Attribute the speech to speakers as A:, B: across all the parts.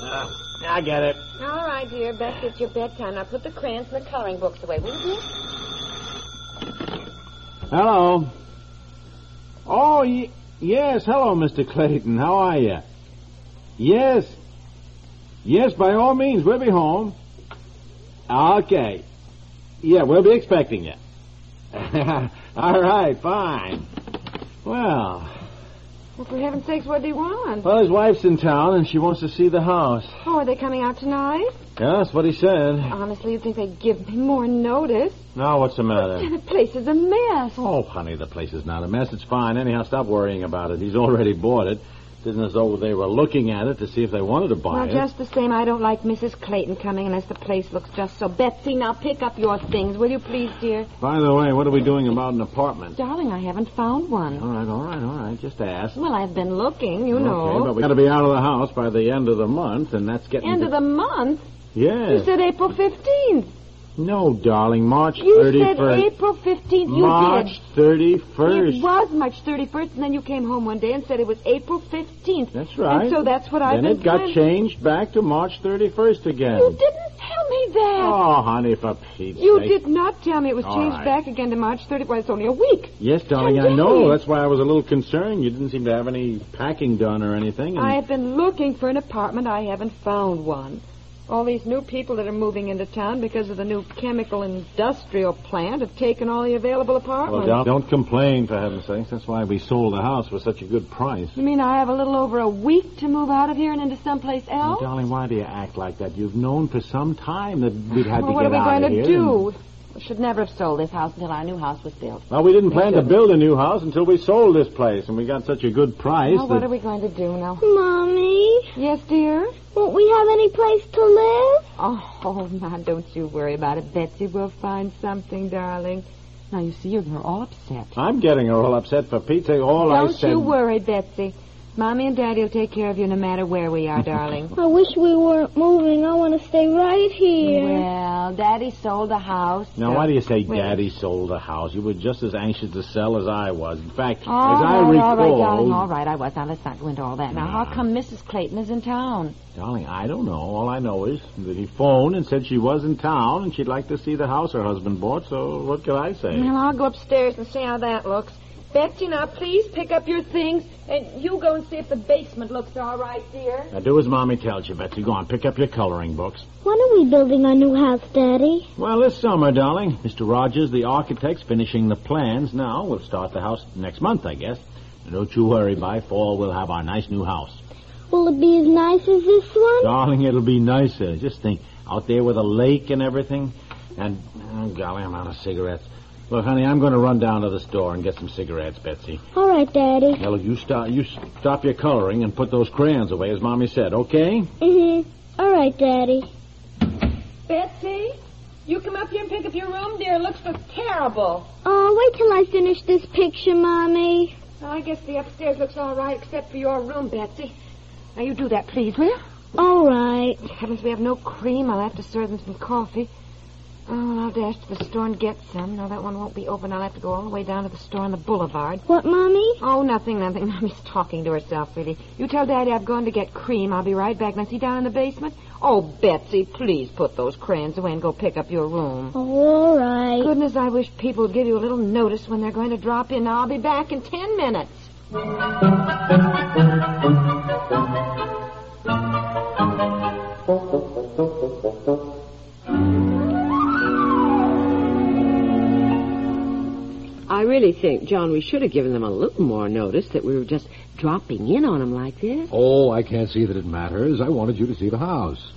A: Uh, I get it.
B: All right, dear. Best it's your bedtime. Now put the crayons and the coloring books away, will you?
A: Hello. Oh, y- yes. Hello, Mr. Clayton. How are you? Yes. Yes, by all means, we'll be home. Okay. Yeah, we'll be expecting you. all right, fine. Well,
B: Well, for heaven's sakes, what do you want?
A: well, his wife's in town and she wants to see the house.
B: Oh, are they coming out tonight?
A: Yeah, that's what he said.
B: Honestly, you'd think they'd give me more notice.
A: Now, what's the matter?
B: The place is a mess.
A: Oh, honey, the place is not a mess. It's fine. Anyhow, stop worrying about it. He's already bought it. It isn't as though they were looking at it to see if they wanted to buy
B: Well,
A: it.
B: just the same, I don't like Mrs. Clayton coming unless the place looks just so. Betsy, now pick up your things, will you please, dear?
A: By the way, what are we doing about an apartment?
B: Darling, I haven't found one.
A: All right, all right, all right. Just ask.
B: Well, I've been looking, you
A: Okay, but
B: know.
A: we got to be out of the house by the end of the month, and that's getting.
B: End
A: to-
B: of the month? You
A: Yes.
B: said April 15th.
A: No, darling. March
B: You said
A: 31st.
B: April 15th. You did.
A: March 31st.
B: It was March 31st, and then you came home one day and said it was April 15th.
A: That's right.
B: And so that's what
A: then
B: I've been
A: it got
B: trying-
A: changed back to March 31st again.
B: You didn't tell me that.
A: Oh, honey, for Pete's
B: you
A: sake.
B: did not tell me it was
A: All
B: changed
A: right.
B: back again to March 31st. Well, it's only a week.
A: Yes, darling,
B: Ten
A: I know.
B: days.
A: That's why I was a little concerned. You didn't seem to have any packing done or anything. And
B: I have been looking for an apartment. I haven't found one. All these new people that are moving into town because of the new chemical industrial plant have taken all the available
A: well,
B: apartments.
A: don't, don't complain, for heaven's sakes. That's why we sold the house for such a good price.
B: you mean I have a little over a week to move out of here and into someplace
A: Now,
B: else?
A: darling, why do you act like that? You've known for some time that we'd had
B: well,
A: to
B: what are
A: get
B: we
A: out
B: going
A: of
B: to
A: here.
B: do? We should never have sold this house until our new house was built.
A: Well, we didn't plan to build a new house until we sold this place, and we got such a good price.
B: Now, what
A: that...
B: are we going to do now?
C: Mommy,
B: Yes, dear?
C: won't we have any place to live?
B: Oh, now, don't you worry about it, Betsy. We'll find something, darling. Now, you see, you're, you're all upset.
A: I'm getting her all upset for Pete's sake. All I
B: don't
A: said.
B: you worry, Betsy. Mommy and Daddy will take care of you no matter where we are, darling.
C: I wish we weren't moving. I want to stay right here.
B: Well, Daddy sold the house.
A: Now,
B: so-
A: why do you say
B: Wait.
A: Daddy sold the house? You were just as anxious to sell as I was. In fact,
B: Oh, All
A: as I
B: right,
A: recall,
B: all right, darling. All right, I was. Now, let's not go into all that. Now, how come Mrs. Clayton is in town?
A: Darling, I don't know. All I know is that he phoned and said she was in town and she'd like to see the house her husband bought, so what could I say?
B: Well, I'll go upstairs and see how that looks. Betsy, now, please pick up your things, and you go and see if the basement looks all right, dear.
A: Now, do as Mommy tells you, Betsy. Go on, pick up your coloring books.
C: When are we building our new house, Daddy?
A: Well, this summer, darling, Mr. Rogers, the architect's finishing the plans now. We'll start the house next month, I guess. Now, don't you worry. By fall, we'll have our nice new house.
C: Will it be as nice as this one?
A: Darling, it'll be nicer. Just think, out there with a lake and everything. And, oh, golly, I'm out of cigarettes. Look, honey, I'm going to run down to the store and get some cigarettes, Betsy.
C: All right, Daddy.
A: Now, look, you stop, you stop your coloring and put those crayons away, as Mommy said, okay?
C: Mm-hmm. All right, Daddy.
B: Betsy, you come up here and pick up your room, dear. It looks so terrible.
C: Oh, wait till I finish this picture, Mommy.
B: Well, I guess the upstairs looks all right except for your room, Betsy. Now, you do that, please, will you?
C: All right.
B: Heavens, we have no cream. I'll have to serve them some coffee. Oh, I'll dash to the store and get some. Now, that one won't be open. I'll have to go all the way down to the store on the boulevard.
C: What, Mommy?
B: Oh, nothing, nothing. Mommy's talking to herself, really. You tell Daddy I've gone to get cream. I'll be right back. Now, see down in the basement? Oh, Betsy, please put those crayons away and go pick up your room.
C: Oh, all right.
B: Goodness, I wish people would give you a little notice when they're going to drop in. I'll be back in ten minutes.
D: I really think, John, we should have given them a little more notice that we were just dropping in on them like this.
E: Oh, I can't see that it matters. I wanted you to see the house.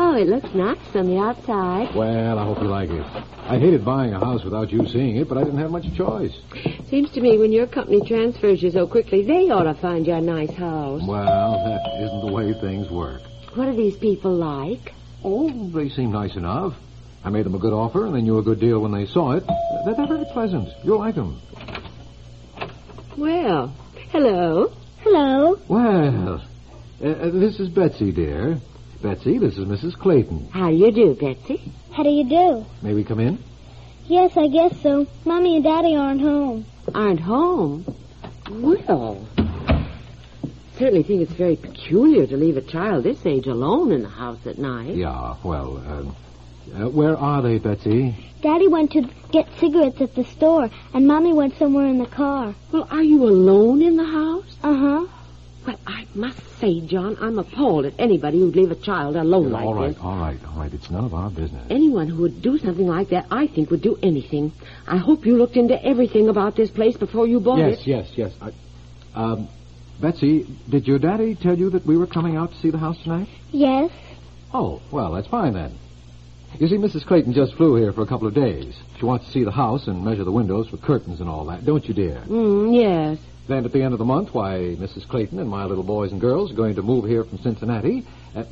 D: Oh, it looks nice on the outside.
A: Well, I hope you like it. I hated buying a house without you seeing it, but I didn't have much choice.
D: Seems to me when your company transfers you so quickly, they ought to find you a nice house.
A: Well, that isn't the way things work.
D: What are these people like?
A: Oh, they seem nice enough. I made them a good offer, and they knew a good deal when they saw it. They're, they're very pleasant. You'll like them.
D: Well, hello.
C: Hello.
A: Well, uh, uh, this is Betsy, dear. Betsy, this is Mrs. Clayton.
D: How do you do, Betsy?
C: How do you do?
A: May we come in?
C: Yes, I guess so. Mommy and Daddy aren't home.
D: Aren't home? Well, certainly think it's very peculiar to leave a child this age alone in the house at night.
A: Yeah, well, um, uh, where are they, Betsy?
C: Daddy went to get cigarettes at the store, and Mommy went somewhere in the car.
D: Well, are you alone in the house?
C: Uh huh.
D: Well, I must say, John, I'm appalled at anybody who'd leave a child alone like
A: all right,
D: this.
A: all right, all right. It's none of our business.
D: Anyone who would do something like that, I think, would do anything. I hope you looked into everything about this place before you bought
A: yes,
D: it.
A: yes, yes. I, um, Betsy, did your daddy tell you that we were coming out to see the house tonight?
C: Yes.
A: Oh, well, that's fine then. You see, Mrs. Clayton just flew here for a couple of days. She wants to see the house and measure the windows for curtains and all that, don't you, dear?
D: Mm, yes.
A: Then at the end of the month, why, Mrs. Clayton and my little boys and girls are going to move here from Cincinnati. Uh,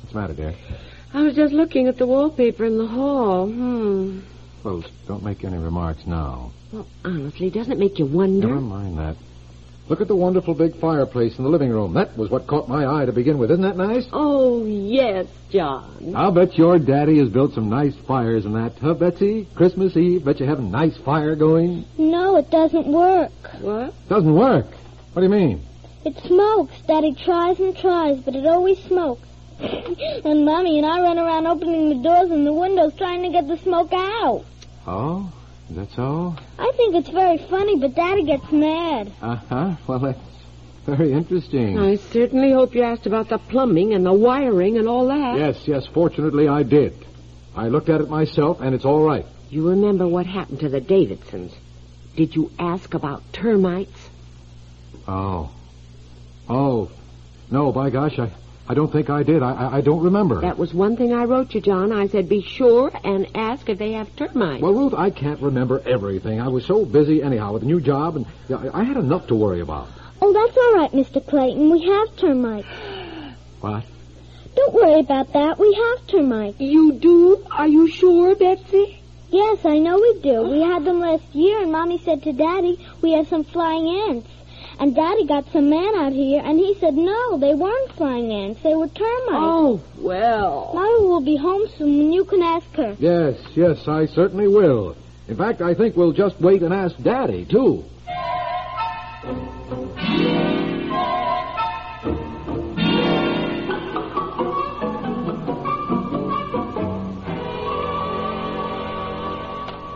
A: what's the matter, dear?
D: I was just looking at the wallpaper in the hall. Hmm.
A: Well, don't make any remarks now.
D: Well, honestly, doesn't it make you wonder?
A: Never mind that. Look at the wonderful big fireplace in the living room. That was what caught my eye to begin with. Isn't that nice?
D: Oh, yes, John.
A: I'll bet your daddy has built some nice fires in that tub, Betsy. Christmas Eve, bet you have a nice fire going.
C: No, it doesn't work.
D: What?
A: Doesn't work. What do you mean?
C: It smokes. Daddy tries and tries, but it always smokes. and Mommy and I run around opening the doors and the windows trying to get the smoke out.
A: Oh, is that so?
C: I think it's very funny, but Daddy gets mad.
A: Uh huh. Well, that's very interesting.
B: Oh,
D: I certainly hope you asked about the plumbing and the wiring and all that.
A: Yes, yes. Fortunately, I did. I looked at it myself, and it's all right.
D: You remember what happened to the Davidsons. Did you ask about termites?
A: Oh. Oh. No, by gosh, I, I don't think I did. I, I, I don't remember.
D: That was one thing I wrote you, John. I said, be sure and ask if they have termites.
A: Well, Ruth, I can't remember everything. I was so busy, anyhow, with a new job, and yeah, I- I had enough to worry about.
C: Oh, that's all right, Mr. Clayton. We have termites.
A: What?
C: Don't worry about that. We have termites.
D: you do? Are you sure, Betsy?
C: Yes, I know we do. We had them last year, and Mommy said to Daddy, we have some flying ants. And Daddy got some man out here, and he said, no, they weren't flying ants. They were termites.
D: Oh, well.
C: Mommy will be home soon, and you can ask her.
A: Yes, yes, I certainly will. In fact, I think we'll just wait and ask Daddy, too.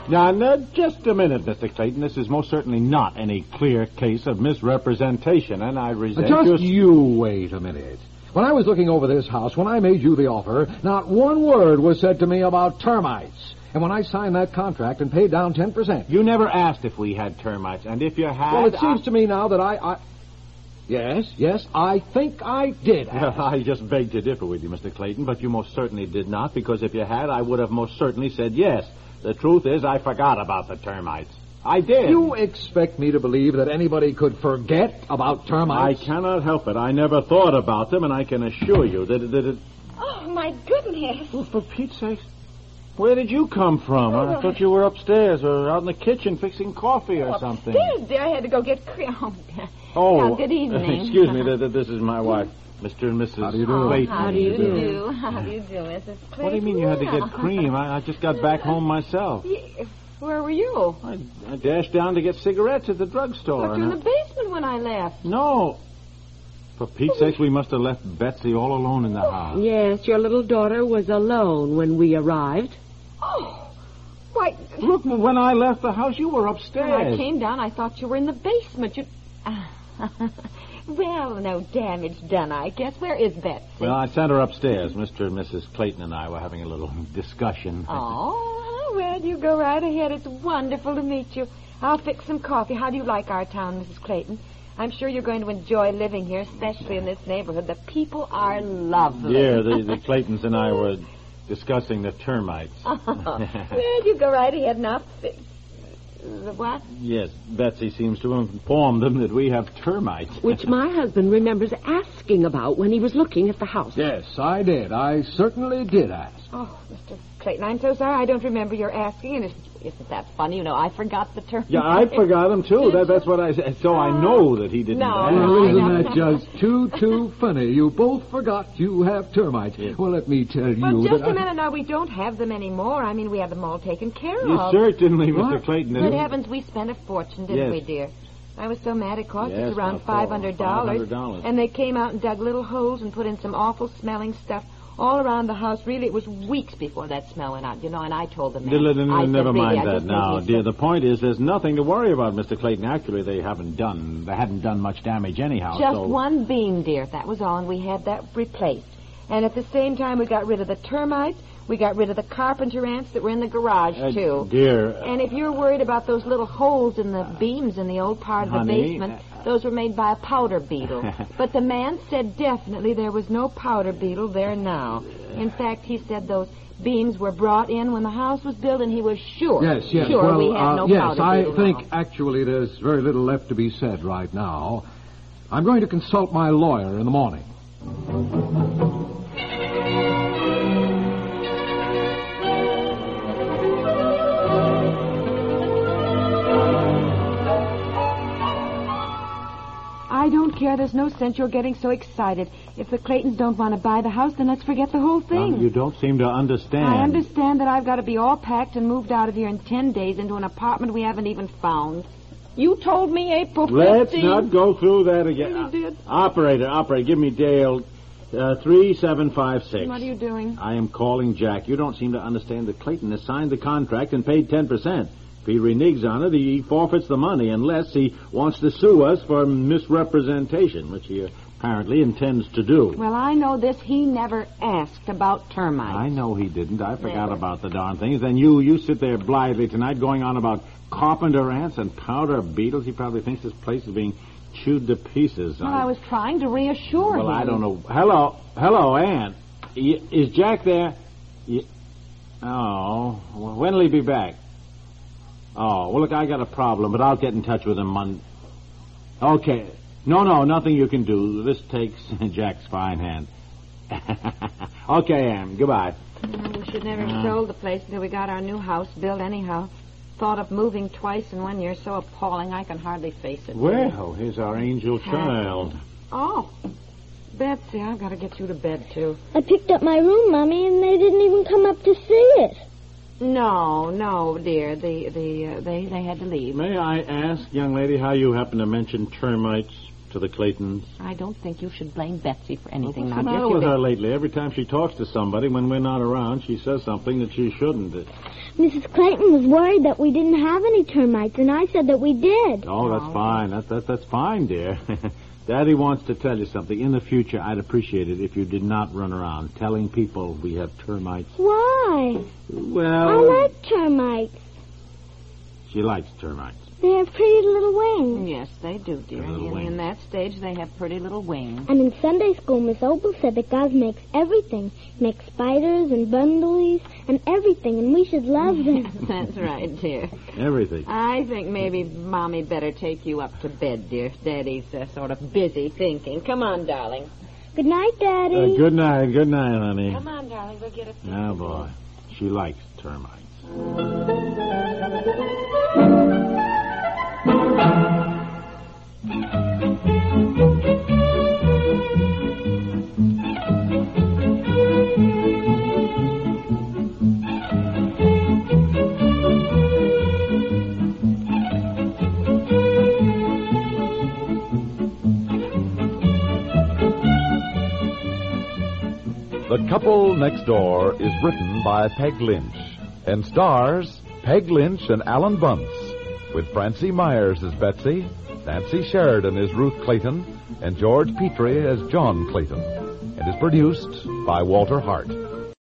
E: Now, now, just a minute, Mr. Clayton. This is most certainly not any clear case of misrepresentation, and I resent your...
A: Just you wait a minute. When I was looking over this house, when I made you the offer, not one word was said to me about termites. And when I signed that contract and paid down 10%.
E: You never asked if we had termites, and if you had...
A: Well, it
E: I-
A: seems to me now that I. I... Yes, yes, I think I did.
E: Well, I just beg to differ with you, Mr. Clayton, but you most certainly did not, because if you had, I would have most certainly said yes. The truth is, I forgot about the termites. I did.
A: You expect me to believe that anybody could forget about
E: I
A: termites?
E: cannot help it. I never thought about them, and I can assure you that... that it...
C: Oh, my goodness.
E: Well, for Pete's sake, where did you come from?
B: Oh,
E: I thought you were upstairs or out in the kitchen fixing coffee or something.
B: Upstairs there, I had to go get cream.
E: Oh,
B: Now, good evening.
E: Excuse me, th- th- this is my wife, Mr. and Mrs.
A: How do you do?
B: Oh,
E: Clayton.
B: how do you do? How do you do, Mrs. Clayton?
E: What do you mean you had to
B: Yeah.
E: get cream? I, I just got back home myself.
B: Yeah, Where were you?
E: I, I dashed down to get cigarettes at the drugstore.
B: Thought you
E: and
B: were
E: I-
B: in the basement when I left.
E: No. For Pete's sake, we must have left Betsy all alone in the
B: Oh.
E: house.
D: Yes, your little daughter was alone when we arrived.
B: Oh, why?
E: Look, when I left the house, you were
B: When I
E: upstairs.
B: came down, I thought you were in the basement. You. well, no damage done, I guess. Where is Betsy?
E: Well, I sent her upstairs. Mr. and Mrs. Clayton and I were having a little discussion.
B: Oh, well, you go right ahead. It's wonderful to meet you. I'll fix some coffee. How do you like our town, Mrs. Clayton? I'm sure you're going to enjoy living here, especially in this neighborhood. The people are lovely.
A: Yeah, the, the Claytons and I were discussing the termites.
B: Oh. well, you go right ahead and I'll fix the what?
A: Yes, Betsy seems to have informed them that we have termites.
F: Which my husband remembers asking about when he was looking at the house.
G: Yes, I did. I certainly did ask.
B: Oh, Mr. Clayton, I'm so sorry. I don't remember your asking, and it's- isn't that funny? You know, I forgot the term.
A: Yeah, I forgot them too. That, that's what I said. So I know that he didn't.
B: Oh. No.
A: ask.
B: Well,
H: Well,
B: I
H: isn't
B: know.
H: that just too, too funny? You both forgot you have termites. Well, let me tell you
B: Well, just
H: that
B: a minute now. We don't have them anymore. I mean, we have them all taken care
A: You
B: of.
A: certainly, Mr.
H: What?
A: Clayton.
B: Good
A: didn't-
B: heavens, we spent a fortune,
A: Yes.
B: didn't we, dear? I was so mad it cost
A: Yes,
B: us around
A: not far,
B: five hundred dollars.
A: $500.
B: And they came out and dug little holes and put in some awful smelling stuff all around the house. Really, it was weeks before that smell went out, you know. And I told them.
A: Diddle- diddle-
B: I said,
A: Never
B: really,
A: mind
B: I
A: that
B: just need
A: now,
B: you to-
A: dear. The point is, there's nothing to worry about, Mr. Clayton. Actually, they haven't done they hadn't done much damage anyhow.
B: Just
A: so
B: one beam, dear. That was all, and we had that replaced. And at the same time, we got rid of the termites. We got rid of the carpenter ants that were in the garage
A: Uh,
B: too.
A: dear, uh,
B: And if you're worried about those little holes in the beams in the old part of
A: honey,
B: the basement, those were made by a powder beetle. but the man said definitely there was no powder beetle there now. In fact, he said those beams were brought in when the house was built, and he was sure.
H: Yes, yes.
B: Sure,
H: well,
B: we had
H: uh,
B: no
H: yes,
B: powder
H: I
B: beetle
H: think
B: now.
H: actually there's very little left to be said right now. I'm going to consult my lawyer in the morning.
B: I don't care. There's no sense you're getting so excited. If the Claytons don't want to buy the house, then let's forget the whole
A: Now,
B: thing.
A: you don't seem to understand.
B: I understand that I've got to be all packed and moved out of here in ten days into an apartment we haven't even found. You told me April 15th.
A: Let's not go through that again.
B: Well, you did.
A: Operator, operator, give me Dale uh, three seven five six.
B: What are you doing?
A: I am calling Jack. You don't seem to understand that Clayton has signed the contract and paid ten percent. If he reneges on it, he forfeits the money unless he wants to sue us for misrepresentation, which he apparently intends to do.
B: Well, I know this. He never asked about
A: I
B: termites.
A: know he didn't. I forgot
B: Never.
A: about the darn things. Then you you sit there blithely tonight going on about carpenter ants and powder beetles. He probably thinks this place is being chewed to pieces.
B: Well, I was trying to reassure him.
A: Well, I don't know. Hello, hello, Ann. Y- is Jack there? Y- oh, well, when'll he be back? Oh, well, look, I got a problem, but I'll get in touch with him Monday. Okay. No, no, nothing you can do. This takes Jack's fine hand. okay, Ann. Goodbye.
B: Mm, We should never
A: Uh.
B: have sold the place until we got our new house built anyhow. Thought of moving twice in one year is so appalling I can hardly face it.
A: Well, Oh, here's our angel child.
B: Oh, Betsy, I've got to get you to bed, too.
C: I picked up my room, Mommy, and they didn't even come up to see it.
B: No, no, dear. The, the, uh, they, they had to leave.
A: May I ask, young lady, how you happen to mention termites to the Claytons?
B: I don't think you should blame Betsy for anything
A: What's the
B: now. dear.
A: matter
B: She's
A: with
B: been-
A: her lately? Every time she talks to somebody, when we're not around, she says something that she shouldn't.
C: Mrs. Clayton was worried that we didn't have any termites, and I said that we did.
A: Oh, that's fine. That, that, that's fine, dear. Daddy wants to tell you something. In the future, I'd appreciate it if you did not run around telling people we have termites.
C: Why? I
A: Well,
C: like termites.
A: she likes termites.
C: They have pretty little wings.
B: Yes, they do, dear.
A: Their little
B: And in that stage, they have pretty little wings.
C: And in Sunday school, Miss Opal said that God makes everything. Makes spiders and bundles and everything, and we should love them.
B: That's right, dear.
A: Everything.
B: I think maybe Mommy better take you up to bed, dear. Daddy's uh, sort of busy thinking. Come on, darling.
C: Good night,
A: Uh,
C: Daddy.
A: good night. Good night, honey.
B: Come on, darling. We'll get a
A: Oh, boy. She likes termites.
E: The Couple Next Door is written by Peg Lynch and stars Peg Lynch and Alan Bunce, with Francie Myers as Betsy, Nancy Sheridan as Ruth Clayton, and George Petrie as John Clayton, and is produced by Walter Hart.